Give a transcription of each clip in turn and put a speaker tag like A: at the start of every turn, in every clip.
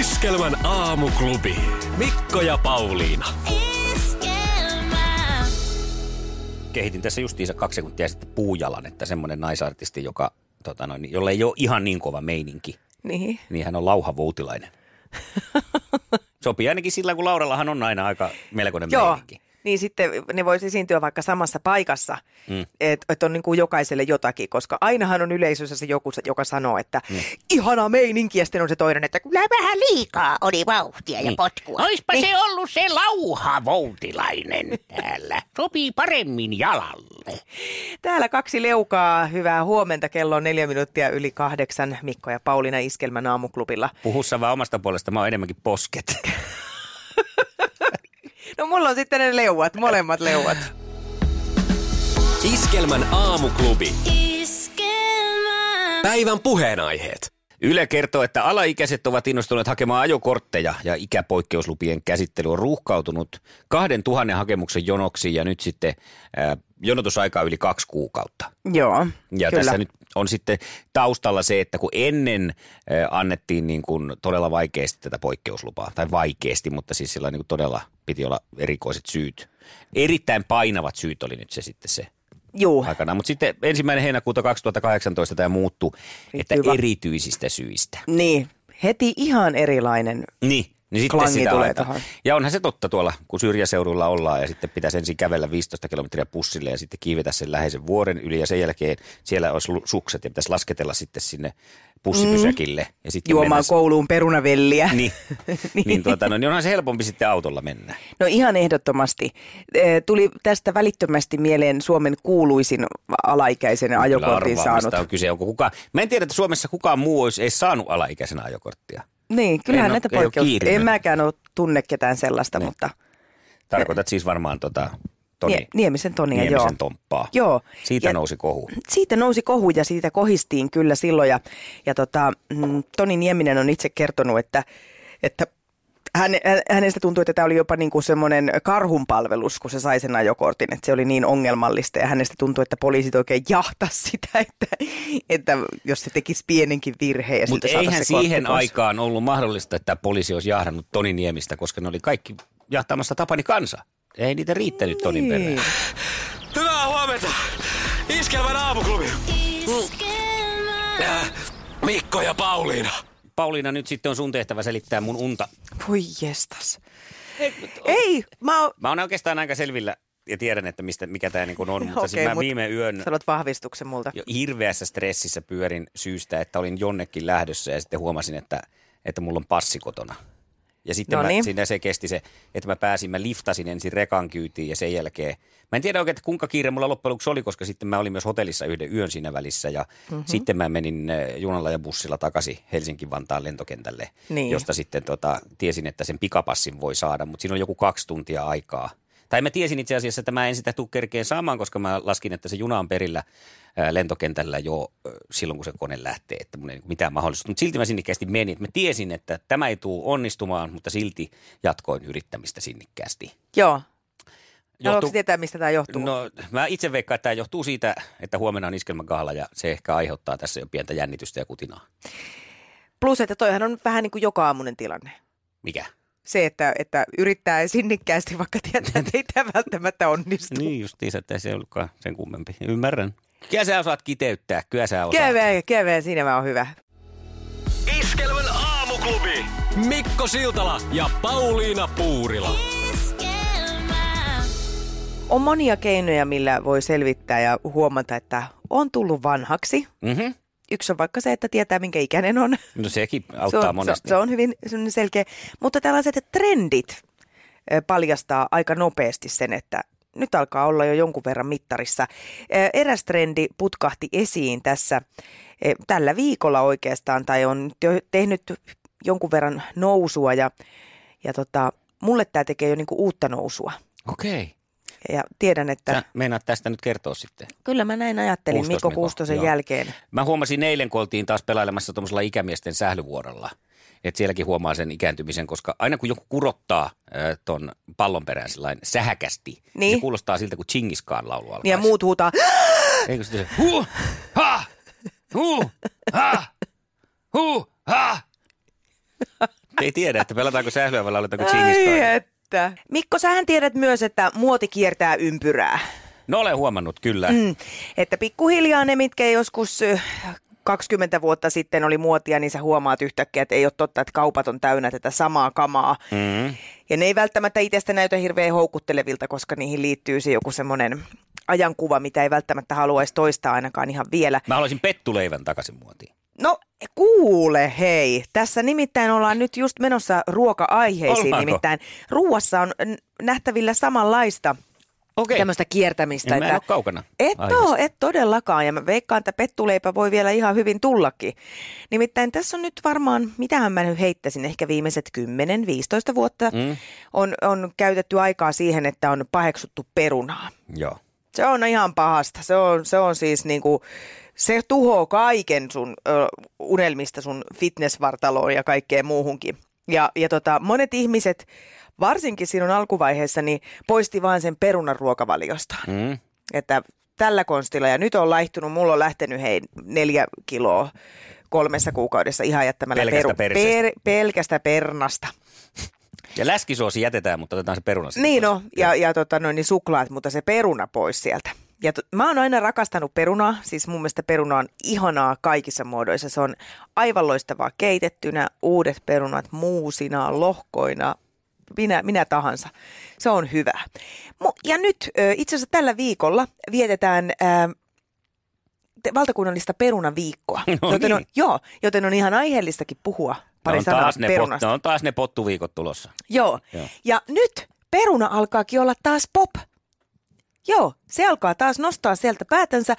A: Iskelmän aamuklubi. Mikko ja Pauliina.
B: Iskelmä.
C: kehitin tässä justiinsa kaksi sekuntia sitten puujalan, että semmoinen naisartisti, joka, tota noin, jolle ei ole ihan niin kova meininki,
D: Niin.
C: niin hän on Lauha Voutilainen. Sopii ainakin sillä, kun Laurallahan on aina aika melkoinen
D: Joo.
C: meininki.
D: Niin sitten ne voisi esiintyä vaikka samassa paikassa, mm. että et on niin kuin jokaiselle jotakin, koska ainahan on yleisössä se joku, joka sanoo, että mm. ihana meininki, ja sitten on se toinen, että kyllä vähän liikaa oli vauhtia ja potkua.
E: Oispa
C: Niin.
E: se ollut se lauha voutilainen täällä. Sopii paremmin jalalle.
D: Täällä kaksi leukaa, hyvää huomenta, kello on neljä minuuttia yli kahdeksan, Mikko ja Pauliina Iskelmän aamuklubilla.
C: Puhussa vaan omasta puolesta, mä oon enemmänkin posket.
D: No mulla on sitten ne leuat, molemmat leuat.
A: Iskelmän aamuklubi.
B: Iskelmä.
A: Päivän puheenaiheet.
C: Yle kertoo, että alaikäiset ovat innostuneet hakemaan ajokortteja ja ikäpoikkeuslupien käsittely on ruuhkautunut 2000 hakemuksen jonoksi ja nyt sitten ää, jonotusaika on yli kaksi kuukautta.
D: Joo,
C: Ja Kyllä. tässä nyt on sitten taustalla se, että kun ennen eh, annettiin niin kuin todella vaikeasti tätä poikkeuslupaa, tai vaikeasti, mutta siis sillä niin kuin todella piti olla erikoiset syyt. Erittäin painavat syyt oli nyt se sitten se
D: Juu,
C: aikana. Mutta sitten ensimmäinen heinäkuuta 2018 tämä muuttuu, että
D: Riittyy va-
C: erityisistä syistä.
D: niin. Heti ihan erilainen
C: Niin. Niin sitten
D: Klangi
C: sitä
D: tulee
C: haetaan.
D: tähän.
C: Ja onhan se totta tuolla, kun syrjäseudulla ollaan ja sitten pitäisi ensin kävellä 15 kilometriä pussille ja sitten kiivetä sen läheisen vuoren yli ja sen jälkeen siellä olisi lu- sukset ja pitäisi lasketella sitten sinne pussipysäkille. Mm. Ja sitten
D: juomaan
C: mennä-
D: kouluun perunavelliä.
C: niin, niin, tuota, no, niin onhan se helpompi sitten autolla mennä.
D: No ihan ehdottomasti. Eh, Tuli tästä välittömästi mieleen Suomen kuuluisin alaikäisen ajokortin
C: Arvaa, mistä
D: saanut.
C: on kyse. Onko kuka, mä en tiedä, että Suomessa kukaan muu olisi edes saanut alaikäisenä ajokorttia.
D: Niin, kyllähän
C: En oo-
D: näitä
C: ei oo
D: poikkeus...
C: kiirinyt.
D: En mäkään ole tunne ketään sellaista,
C: Niin.
D: mutta
C: Tarkoitat siis varmaan tota, Toni,
D: Nie- Niemisen Tonia,
C: Niemisen
D: joo.
C: tomppaa.
D: Joo.
C: Siitä
D: Ja-
C: nousi kohu.
D: Siitä nousi kohu ja siitä kohistiin kyllä silloin. Ja, ja tota, mm, Toni Nieminen on itse kertonut, että, että häne, hä- hänestä tuntui, että tämä oli jopa niin kuin semmoinen karhunpalvelus, kun se sai sen ajokortin, että se oli niin ongelmallista ja hänestä tuntui, että poliisit oikein jahtas sitä, että, että jos se tekisi pienenkin virheen. ja
C: Mutta
D: sitten saataisiin
C: eihän
D: se kortti
C: siihen
D: pois.
C: aikaan ollut mahdollista, että poliisi olisi jahdannut Toni Niemistä, koska ne oli kaikki jahtaamassa Tapani kansa. Ei niitä riittänyt Tonin perään.
D: Niin.
A: Hyvää huomenta. Iskelmän aamuklubi.
B: Iskelmä.
A: Äh, Mikko ja Pauliina.
C: Pauliina, nyt sitten on sun tehtävä selittää mun unta.
D: Voi jestas. Ei, mä oon...
C: Mä oon oikeastaan aika selvillä ja tiedän, että mistä, mikä tämä niin on, mutta okay,
D: Okei,
C: siis mä
D: mut
C: viime yön
D: Sä olet vahvistuksen multa.
C: jo hirveässä stressissä pyörin syystä, että olin jonnekin lähdössä ja sitten huomasin, että, että mulla on passi kotona. Ja sitten mä,
D: Noniin.
C: siinä se kesti se, että mä pääsin, mä liftasin ensin rekan kyytiin ja sen jälkeen. Mä en tiedä oikein, että kuinka kiire mulla loppujen lopuksi oli, koska sitten mä olin myös hotellissa yhden yön siinä välissä. Ja
D: Mhm.
C: mm-hmm. sitten mä menin eh, junalla ja bussilla takaisin Helsinki-Vantaan lentokentälle,
D: Niin.
C: josta sitten tota, tiesin, että sen pikapassin voi saada. Mutta siinä on joku kaksi tuntia aikaa. Tai mä tiesin itse asiassa, että mä en sitä tule kerkeen saamaan, koska mä laskin, että se juna on perillä eh, lentokentällä jo eh, silloin, kun se kone lähtee, että mun ei niinku mitään mahdollisuutta. Mutta silti mä sinnikkäästi menin, että mä tiesin, että tämä ei tule onnistumaan, mutta silti jatkoin yrittämistä sinnikkäästi.
D: Joo.
C: Johtuu-
D: Haluatko tietää, mistä tämä johtuu?
C: No mä itse veikkaan, että tämä johtuu siitä, että huomenna on iskelmägaala ja se ehkä aiheuttaa tässä jo pientä jännitystä ja kutinaa.
D: Plus, että toihan on vähän niin kuin joka aamunen tilanne.
C: Mikä?
D: Se, että, että yrittää sinnikkäästi, vaikka tietää, että ei tämä välttämättä onnistu.
C: Niin justiinsa, että se ei ollutkaan sen kummempi. Ymmärrän. Kyllä sä osaat kiteyttää, kyllä sä osaat.
D: Käveä, käveä, siinä mä oon hyvä.
A: Iskelmän aamuklubi. Mikko Siltala ja Pauliina Puurila.
B: Iskelmä.
D: On monia keinoja, millä voi selvittää ja huomata, että on tullut vanhaksi.
C: Mm-hmm.
D: Yksi on vaikka se, että tietää, minkä ikäinen on.
C: No sekin
D: Se
C: auttaa
D: on, se,
C: monesti.
D: se on hyvin semmoinen selkeä. Mutta tällaiset trendit ö, paljastaa aika nopeasti sen, että nyt alkaa olla jo jonkun verran mittarissa. Ö, Eräs trendi putkahti esiin tässä ö, tällä viikolla oikeastaan, tai on nyt jo tehnyt jonkun verran nousua ja, ja tota, mulle tämä tekee jo niinku uutta nousua.
C: Okei.
D: Ja tiedän, että
C: Sä meinaat tästä nyt kertoa sitten.
D: kyllä mä näin ajattelin
C: Kuustos
D: Mikko
C: Miko,
D: Kuustosen
C: joo.
D: jälkeen.
C: Mä huomasin eilen, kun oltiin taas pelailemassa tuommoisella ikämiesten sählyvuorolla, että sielläkin huomaa sen ikääntymisen, koska aina kun joku kurottaa äh, ton pallon perään sillain sähäkästi, niin.
D: Niin.
C: se kuulostaa siltä, kun Chingiskaan laulu alkaisi.
D: Niin ja muut huutaa,
C: Eikö se huh, ha, huh, ha, huh, ha. Ei tiedä, että pelataanko sählyä vai lauletaanko
D: ai
C: Chingiskaan.
D: että. Mikko, sähän tiedät myös, että muoti kiertää ympyrää.
C: No olen huomannut kyllä. Mm.
D: Mm. Että pikkuhiljaa ne, mitkä joskus ö, 20 vuotta sitten oli muotia, niin sä huomaat yhtäkkiä, että ei ole totta, että kaupat on täynnä tätä samaa kamaa.
C: Mm.
D: Ja ne ei välttämättä itsestä näytä hirveän houkuttelevilta, koska niihin liittyy se joku semmoinen ajankuva, mitä ei välttämättä haluaisi toistaa ainakaan ihan vielä.
C: Mä haluaisin pettuleivän takaisin muotiin.
D: No kuule hei, tässä nimittäin ollaan nyt just menossa ruoka-aiheisiin
C: Ollaanko?
D: nimittäin. Ruuassa on n- nähtävillä samanlaista
C: Okei,
D: tämmöistä kiertämistä.
C: En mä en ole kaukana.
D: Et
C: aiheesta.
D: oo, et todellakaan. Ja mä veikkaan, että pettuleipä voi vielä ihan hyvin tullakin. Nimittäin tässä on nyt varmaan, mitähän mä nyt heittäisin, ehkä viimeiset 10-15 vuotta
C: Mm.
D: mm. on, on käytetty aikaa siihen, että on paheksuttu perunaa.
C: Joo.
D: Se on ihan pahasta. Se on, se on siis niinku, se tuhoaa kaiken sun ö, unelmista sun fitnessvartaloon ja kaikkeen muuhunkin. Ja, ja tota, monet ihmiset, varsinkin silloin alkuvaiheessa, niin poisti vaan sen perunan ruokavaliosta
C: Mm.
D: että tällä konstilla, ja nyt on laihtunut, mulla on lähtenyt hei neljä kiloa kolmessa kuukaudessa ihan jättämällä
C: Pelkästä perseestä.
D: pelkästä pernasta.
C: Ja läskisoosi jätetään, mutta otetaan se peruna sitten
D: Niin
C: pois.
D: no, ja, ja tota, noin, niin suklaat, mutta se peruna pois sieltä. Ja to, mä oon aina rakastanut perunaa, siis mun mielestä peruna on ihanaa kaikissa muodoissa. Se on aivan loistavaa keitettynä, uudet perunat muusina, lohkoina, minä, minä tahansa. Se on hyvä. Mu- Ja nyt ö, itse asiassa tällä viikolla vietetään ää, te- valtakunnallista perunaviikkoa.
C: No
D: joten on,
C: niin.
D: joo, joten on ihan aiheellistakin puhua pari
C: ne on,
D: sanaa
C: taas ne, pot,
D: perunasta.
C: ne on taas ne pottuviikot tulossa.
D: Joo.
C: Joo.
D: Joo. Ja nyt peruna alkaakin olla taas pop. Joo, se alkaa taas nostaa sieltä päätänsä.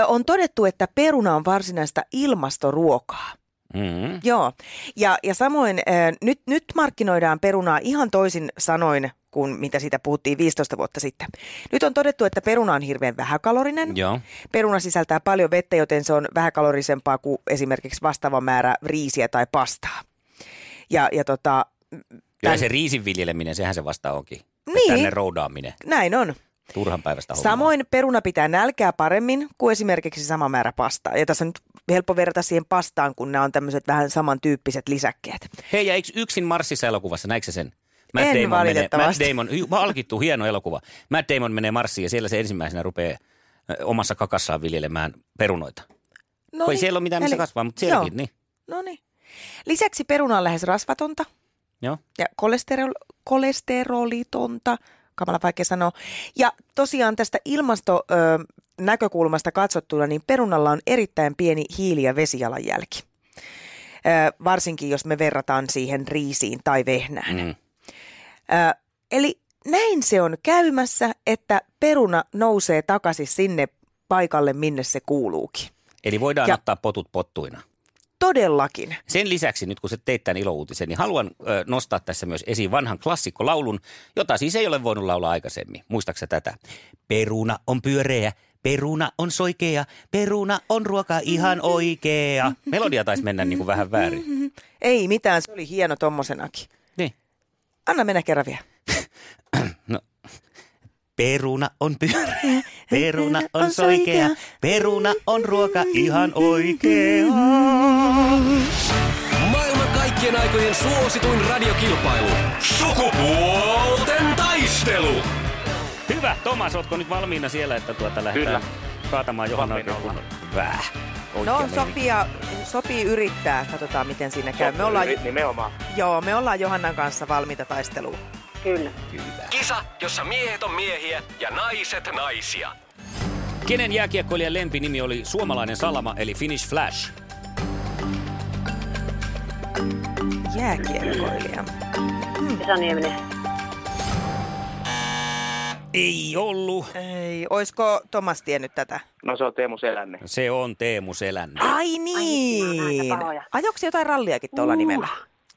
D: Ö, on todettu, että peruna on varsinaista ilmastoruokaa.
C: Mm.
D: Joo, ja, ja samoin ö, nyt, nyt markkinoidaan perunaa ihan toisin sanoin kuin mitä siitä puhuttiin 15 vuotta sitten. Nyt on todettu, että peruna on hirveän vähäkalorinen.
C: Joo.
D: Peruna sisältää paljon vettä, joten se on vähäkalorisempaa kuin esimerkiksi vastaava määrä riisiä tai pastaa. Ja, ja tota,
C: Kyllä
D: Tän-
C: se riisin viljeleminen, sehän se vasta onkin. Ja
D: Niin.
C: Tänne roudaaminen,
D: näin on.
C: turhan päivästä hommaa.
D: Samoin peruna pitää nälkää paremmin kuin esimerkiksi sama määrä pastaa. Ja tässä on nyt helppo verrata siihen pastaan, kun nämä on tämmöiset vähän samantyyppiset lisäkkeet.
C: Hei, ja eikö yksin Marsissa elokuvassa, näikö sä sen? Matt
D: En
C: Damon Menee, Matt
D: valitettavasti.
C: Damon, hy- palkittu, hieno elokuva. Matt Damon menee Marsiin ja siellä se ensimmäisenä rupeaa ö, omassa kakassaan viljelemään perunoita. No
D: No
C: ei siellä ole mitään, missä
D: eli-
C: kasvaa, mutta
D: joo,
C: sielläkin, niin.
D: No niin. Lisäksi peruna on lähes rasvatonta
C: Joo.
D: ja kolesterol, kolesterolitonta, kamala vaikea sanoa. Ja tosiaan tästä ilmasto ö, näkökulmasta katsottuna, niin perunalla on erittäin pieni hiili- ja vesijalanjälki. Ö, varsinkin jos me verrataan siihen riisiin tai vehnään.
C: Mm.
D: Ö, eli näin se on käymässä, että peruna nousee takaisin sinne paikalle, minne se kuuluukin.
C: Eli voidaan ja.
D: Ja-
C: ottaa potut pottuina.
D: Todellakin.
C: Sen lisäksi, nyt kun sä teit tämän ilouutisen, niin haluan ö, nostaa tässä myös esiin vanhan klassikkolaulun, jota siis ei ole voinut laulaa aikaisemmin. Muistaaksä tätä? Peruna on pyöreä, peruna on soikea, peruna on ruoka ihan oikea. Melodia taisi mennä niin kuin vähän väärin.
D: Ei mitään, se oli hieno tommosenakin.
C: Niin.
D: Anna mennä kerran vielä.
C: Peruna on pyöreä, peruna on soikea, peruna on ruoka ihan oikea.
A: Maailman kaikkien aikojen suosituin radiokilpailu. Sukupuolten taistelu.
C: Hyvä, Tomas, ootko nyt valmiina siellä, että tuota lähdetään Kyllä. kaatamaan Johanna oikein kunnolla? Väh. Oikea
D: No
C: meininki.
D: sopia, sopii yrittää, katsotaan miten siinä käy. Me ollaan,
F: Nimenomaan.
D: joo, me ollaan Johannan kanssa valmiita taisteluun.
A: Kisa, jossa miehet on miehiä ja naiset naisia.
C: Kenen jääkiekkoilijan lempinimi oli suomalainen salama eli Finnish Flash?
D: Jääkiekkoilija.
G: Vesa Nieminen.
C: Ei ollut.
D: Ei, oisko Tomas tiennyt tätä?
F: No se on Teemu Selänne.
C: Se on Teemu Selänne.
D: Ai niin!
G: näitä pahoja.
D: Ajoksi jotain ralliakin tuolla nimellä?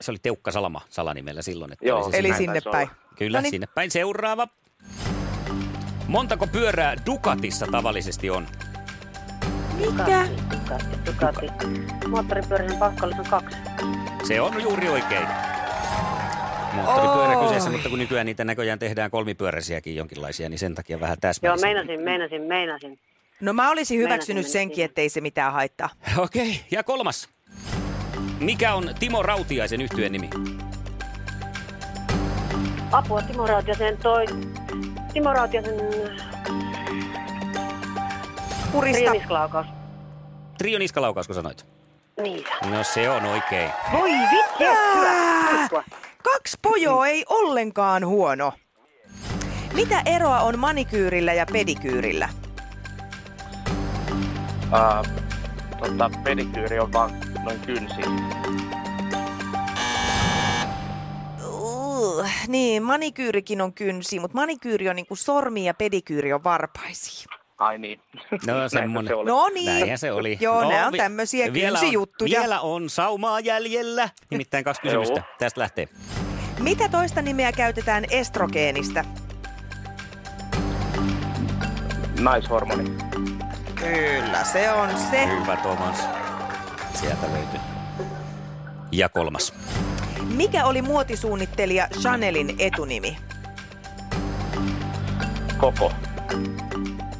C: se oli Teukka Salama salanimellä silloin. Että
F: Joo.
C: oli se
F: Eli
D: Eli
C: sinne-
D: sinne
F: taisi
D: päin.
C: Kyllä,
D: Noniin.
C: sinne päin. Seuraava. Montako pyörää Ducatissa tavallisesti on?
D: Mikä?
G: Tukati, tukati. Moottoripyörisen pakkallis on kaksi.
C: Se on juuri oikein. Moottoripyörä
D: Oi.
C: kyseessä, mutta kun nykyään niitä näköjään tehdään kolmipyöräisiäkin jonkinlaisia, niin sen takia vähän
G: Joo,
C: täsmällisempi.
G: meinasin, meinasin, meinasin.
D: No mä olisin
G: Meinasin
D: hyväksynyt
G: mennä
D: senkin,
G: siihen.
D: ettei se mitään haittaa.
C: Okei, ja kolmas. Mikä on Timo Rautiaisen yhtyeen nimi?
G: Apua Timo Rautiasen toi... Timo Rautiasen
D: Purista.
G: Niin, riimisklaukaus.
C: Trio Niskalaukaus, kun sanoit.
G: Niitä.
C: No se on oikein.
G: Voi vittu!
D: Jää!
G: Huippua.
D: Kaksi pojoa ei ollenkaan huono. Mitä eroa on manikyyrillä ja pedikyyrillä?
F: Uh, tota, pedikyyri on vaan noin kynsi.
D: Uh, niin, manikyyrikin on kynsi, mutta manikyyri on niinku sormi ja pedikyyri on varpaisi.
F: Ai niin.
C: No
F: Näinhän
C: semmonen.
F: se oli.
D: No niin.
C: Näinhän se oli.
D: Joo,
C: no,
D: nää on
C: vi-
D: tämmösiä
C: vielä on-
D: kynsijuttuja.
C: Vielä on saumaa jäljellä. Nimittäin kaksi
F: Joo.
C: kysymystä. Tästä lähtee.
D: Mitä toista nimeä käytetään estrogeenistä?
F: Naishormoni.
D: Kyllä, se on se.
C: Hyvä Tomas. Sieltä löytyy. Ja kolmas.
D: Mikä oli muotisuunnittelija Chanelin etunimi?
F: Koko.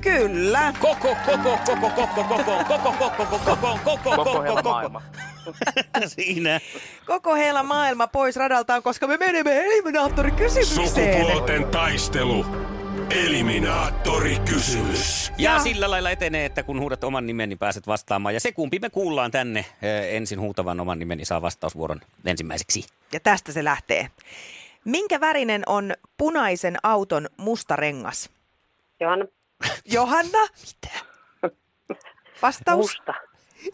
D: Kyllä.
C: Koko, koko, koko, koko, koko, koko, koko, koko, koko, koko,
F: Koko
C: koko,
F: hela
C: koko.
F: maailma.
C: Siinä.
D: Koko heillä maailma pois radaltaan, koska me menemme eliminaattorikysymykseen.
H: Sukupuolten taistelu. Eliminaattori kysymys.
C: Ja sillä lailla etenee, että kun huudat oman nimen, niin pääset vastaamaan. Ja se kumpi me kuullaan tänne eh, ensin huutavan oman nimeni saa vastausvuoron ensimmäiseksi.
D: Ja tästä se lähtee. Minkä värinen on punaisen auton musta rengas?
G: Johanna
D: Johanna? Mitä? Vastaus?
G: Musta.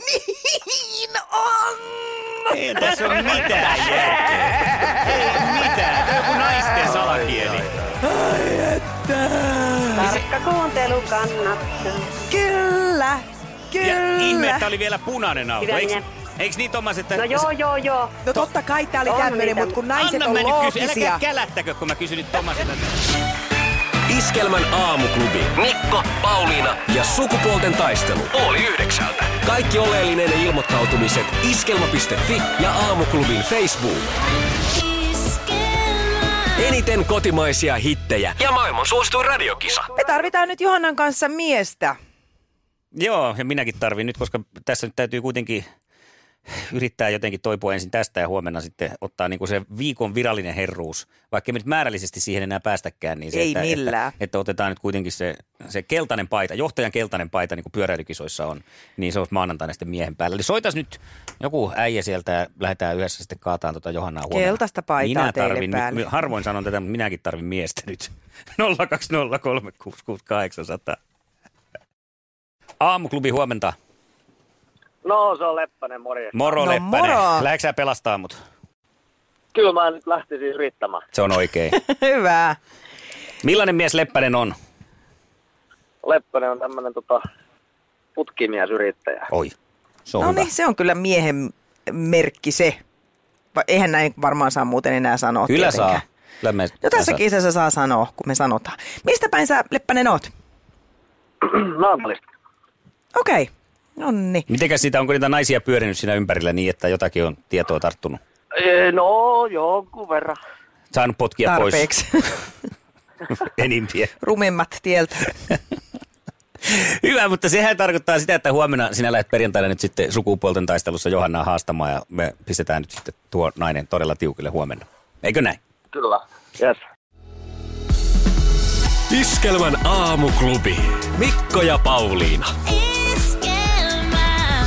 D: Niin on!
C: Ei tässä ole mitään järkeä. Ei mitään. Tämä on joku naisten salakieli.
G: Tarkka kuuntelu kannattaa.
D: Kyllä!
C: Ja ihme,
D: Kyllä!
C: että oli vielä punainen auto.
G: Hyvä
C: Eiks,
G: minä.
C: eiks niin Tomas, että...
G: No joo, joo, joo.
D: No totta kai tää oli
G: On
D: tämmönen,
G: niitä.
D: mutta kun naiset
C: Anna
D: on
C: mä nyt kysyä.
D: loogisia.
C: Älkää kälättäkö, kun mä kysyn nyt Tomasilta.
A: Iskelmän aamuklubi. Mikko, Pauliina ja sukupuolten taistelu. Oli yhdeksältä. Kaikki oleellinen ilmoittautumiset iskelma.fi ja aamuklubin Facebook.
B: Iskelmä.
A: Eniten kotimaisia hittejä ja maailman suosituin radiokisa.
D: Me tarvitaan nyt Johannan kanssa miestä.
C: Joo, ja minäkin tarvin nyt, koska tässä nyt täytyy kuitenkin yrittää jotenkin toipua ensin tästä ja huomenna sitten ottaa niin kuin se viikon virallinen herruus. Vaikka me nyt määrällisesti siihen enää päästäkään, niin se,
D: Ei
C: että,
D: millään.
C: Että, että, otetaan nyt kuitenkin se, se keltainen paita, johtajan keltainen paita, niin kuin pyöräilykisoissa on, niin se olisi maanantaina sitten miehen päällä. Eli soitas nyt joku äijä sieltä ja lähdetään yhdessä sitten kaataan tuota Johannaa huomenna.
D: Keltaista paitaa
C: minä
D: teille
C: tarvin, nyt-
D: päälle.
C: my- harvoin sanon tätä, mutta minäkin tarvin miestä nyt. 020366800. Aamuklubi huomenta.
I: No, se on Leppänen, morjens.
C: Moro
D: No,
C: Leppänen.
D: moro.
C: Lähdätkö sä pelastaa mut?
I: Kyllä mä nyt lähtisin yrittämään.
C: Se on oikein.
D: Hyvä.
C: Millainen mies Leppänen on?
I: Leppänen on tämmönen tota, putkimiesyrittäjä.
C: Oi. Se on
D: No
C: hyvä.
D: niin, se on kyllä miehen merkki se. Va- Eihän näin varmaan saa muuten enää sanoa.
C: Kyllä saa.
D: tietenkään.
C: Kyllä me,
D: No tässä
C: saa.
D: kisassa saa sanoa, kun me sanotaan. Mistä päin sä, Leppänen, oot?
I: Naantalista.
D: Okei. Okay. Nonni.
C: Mitenkäs siitä, onko niitä naisia pyörinyt siinä ympärillä niin, että jotakin on tietoa tarttunut?
I: Ee, No, jonkun verran.
C: Saanut potkia
D: Tarpeeksi.
C: pois enimpiä.
D: Rumimmat tieltä.
C: Hyvä, mutta sehän tarkoittaa sitä, että huomenna sinä lähdet perjantaina nyt sitten sukupuolten taistelussa Johannaa haastamaan ja me pistetään nyt sitten tuo nainen todella tiukille huomenna. Eikö näin?
I: Kyllä. Yes.
A: Iskelmän aamuklubi. Mikko ja Pauliina.
B: Iskelmä.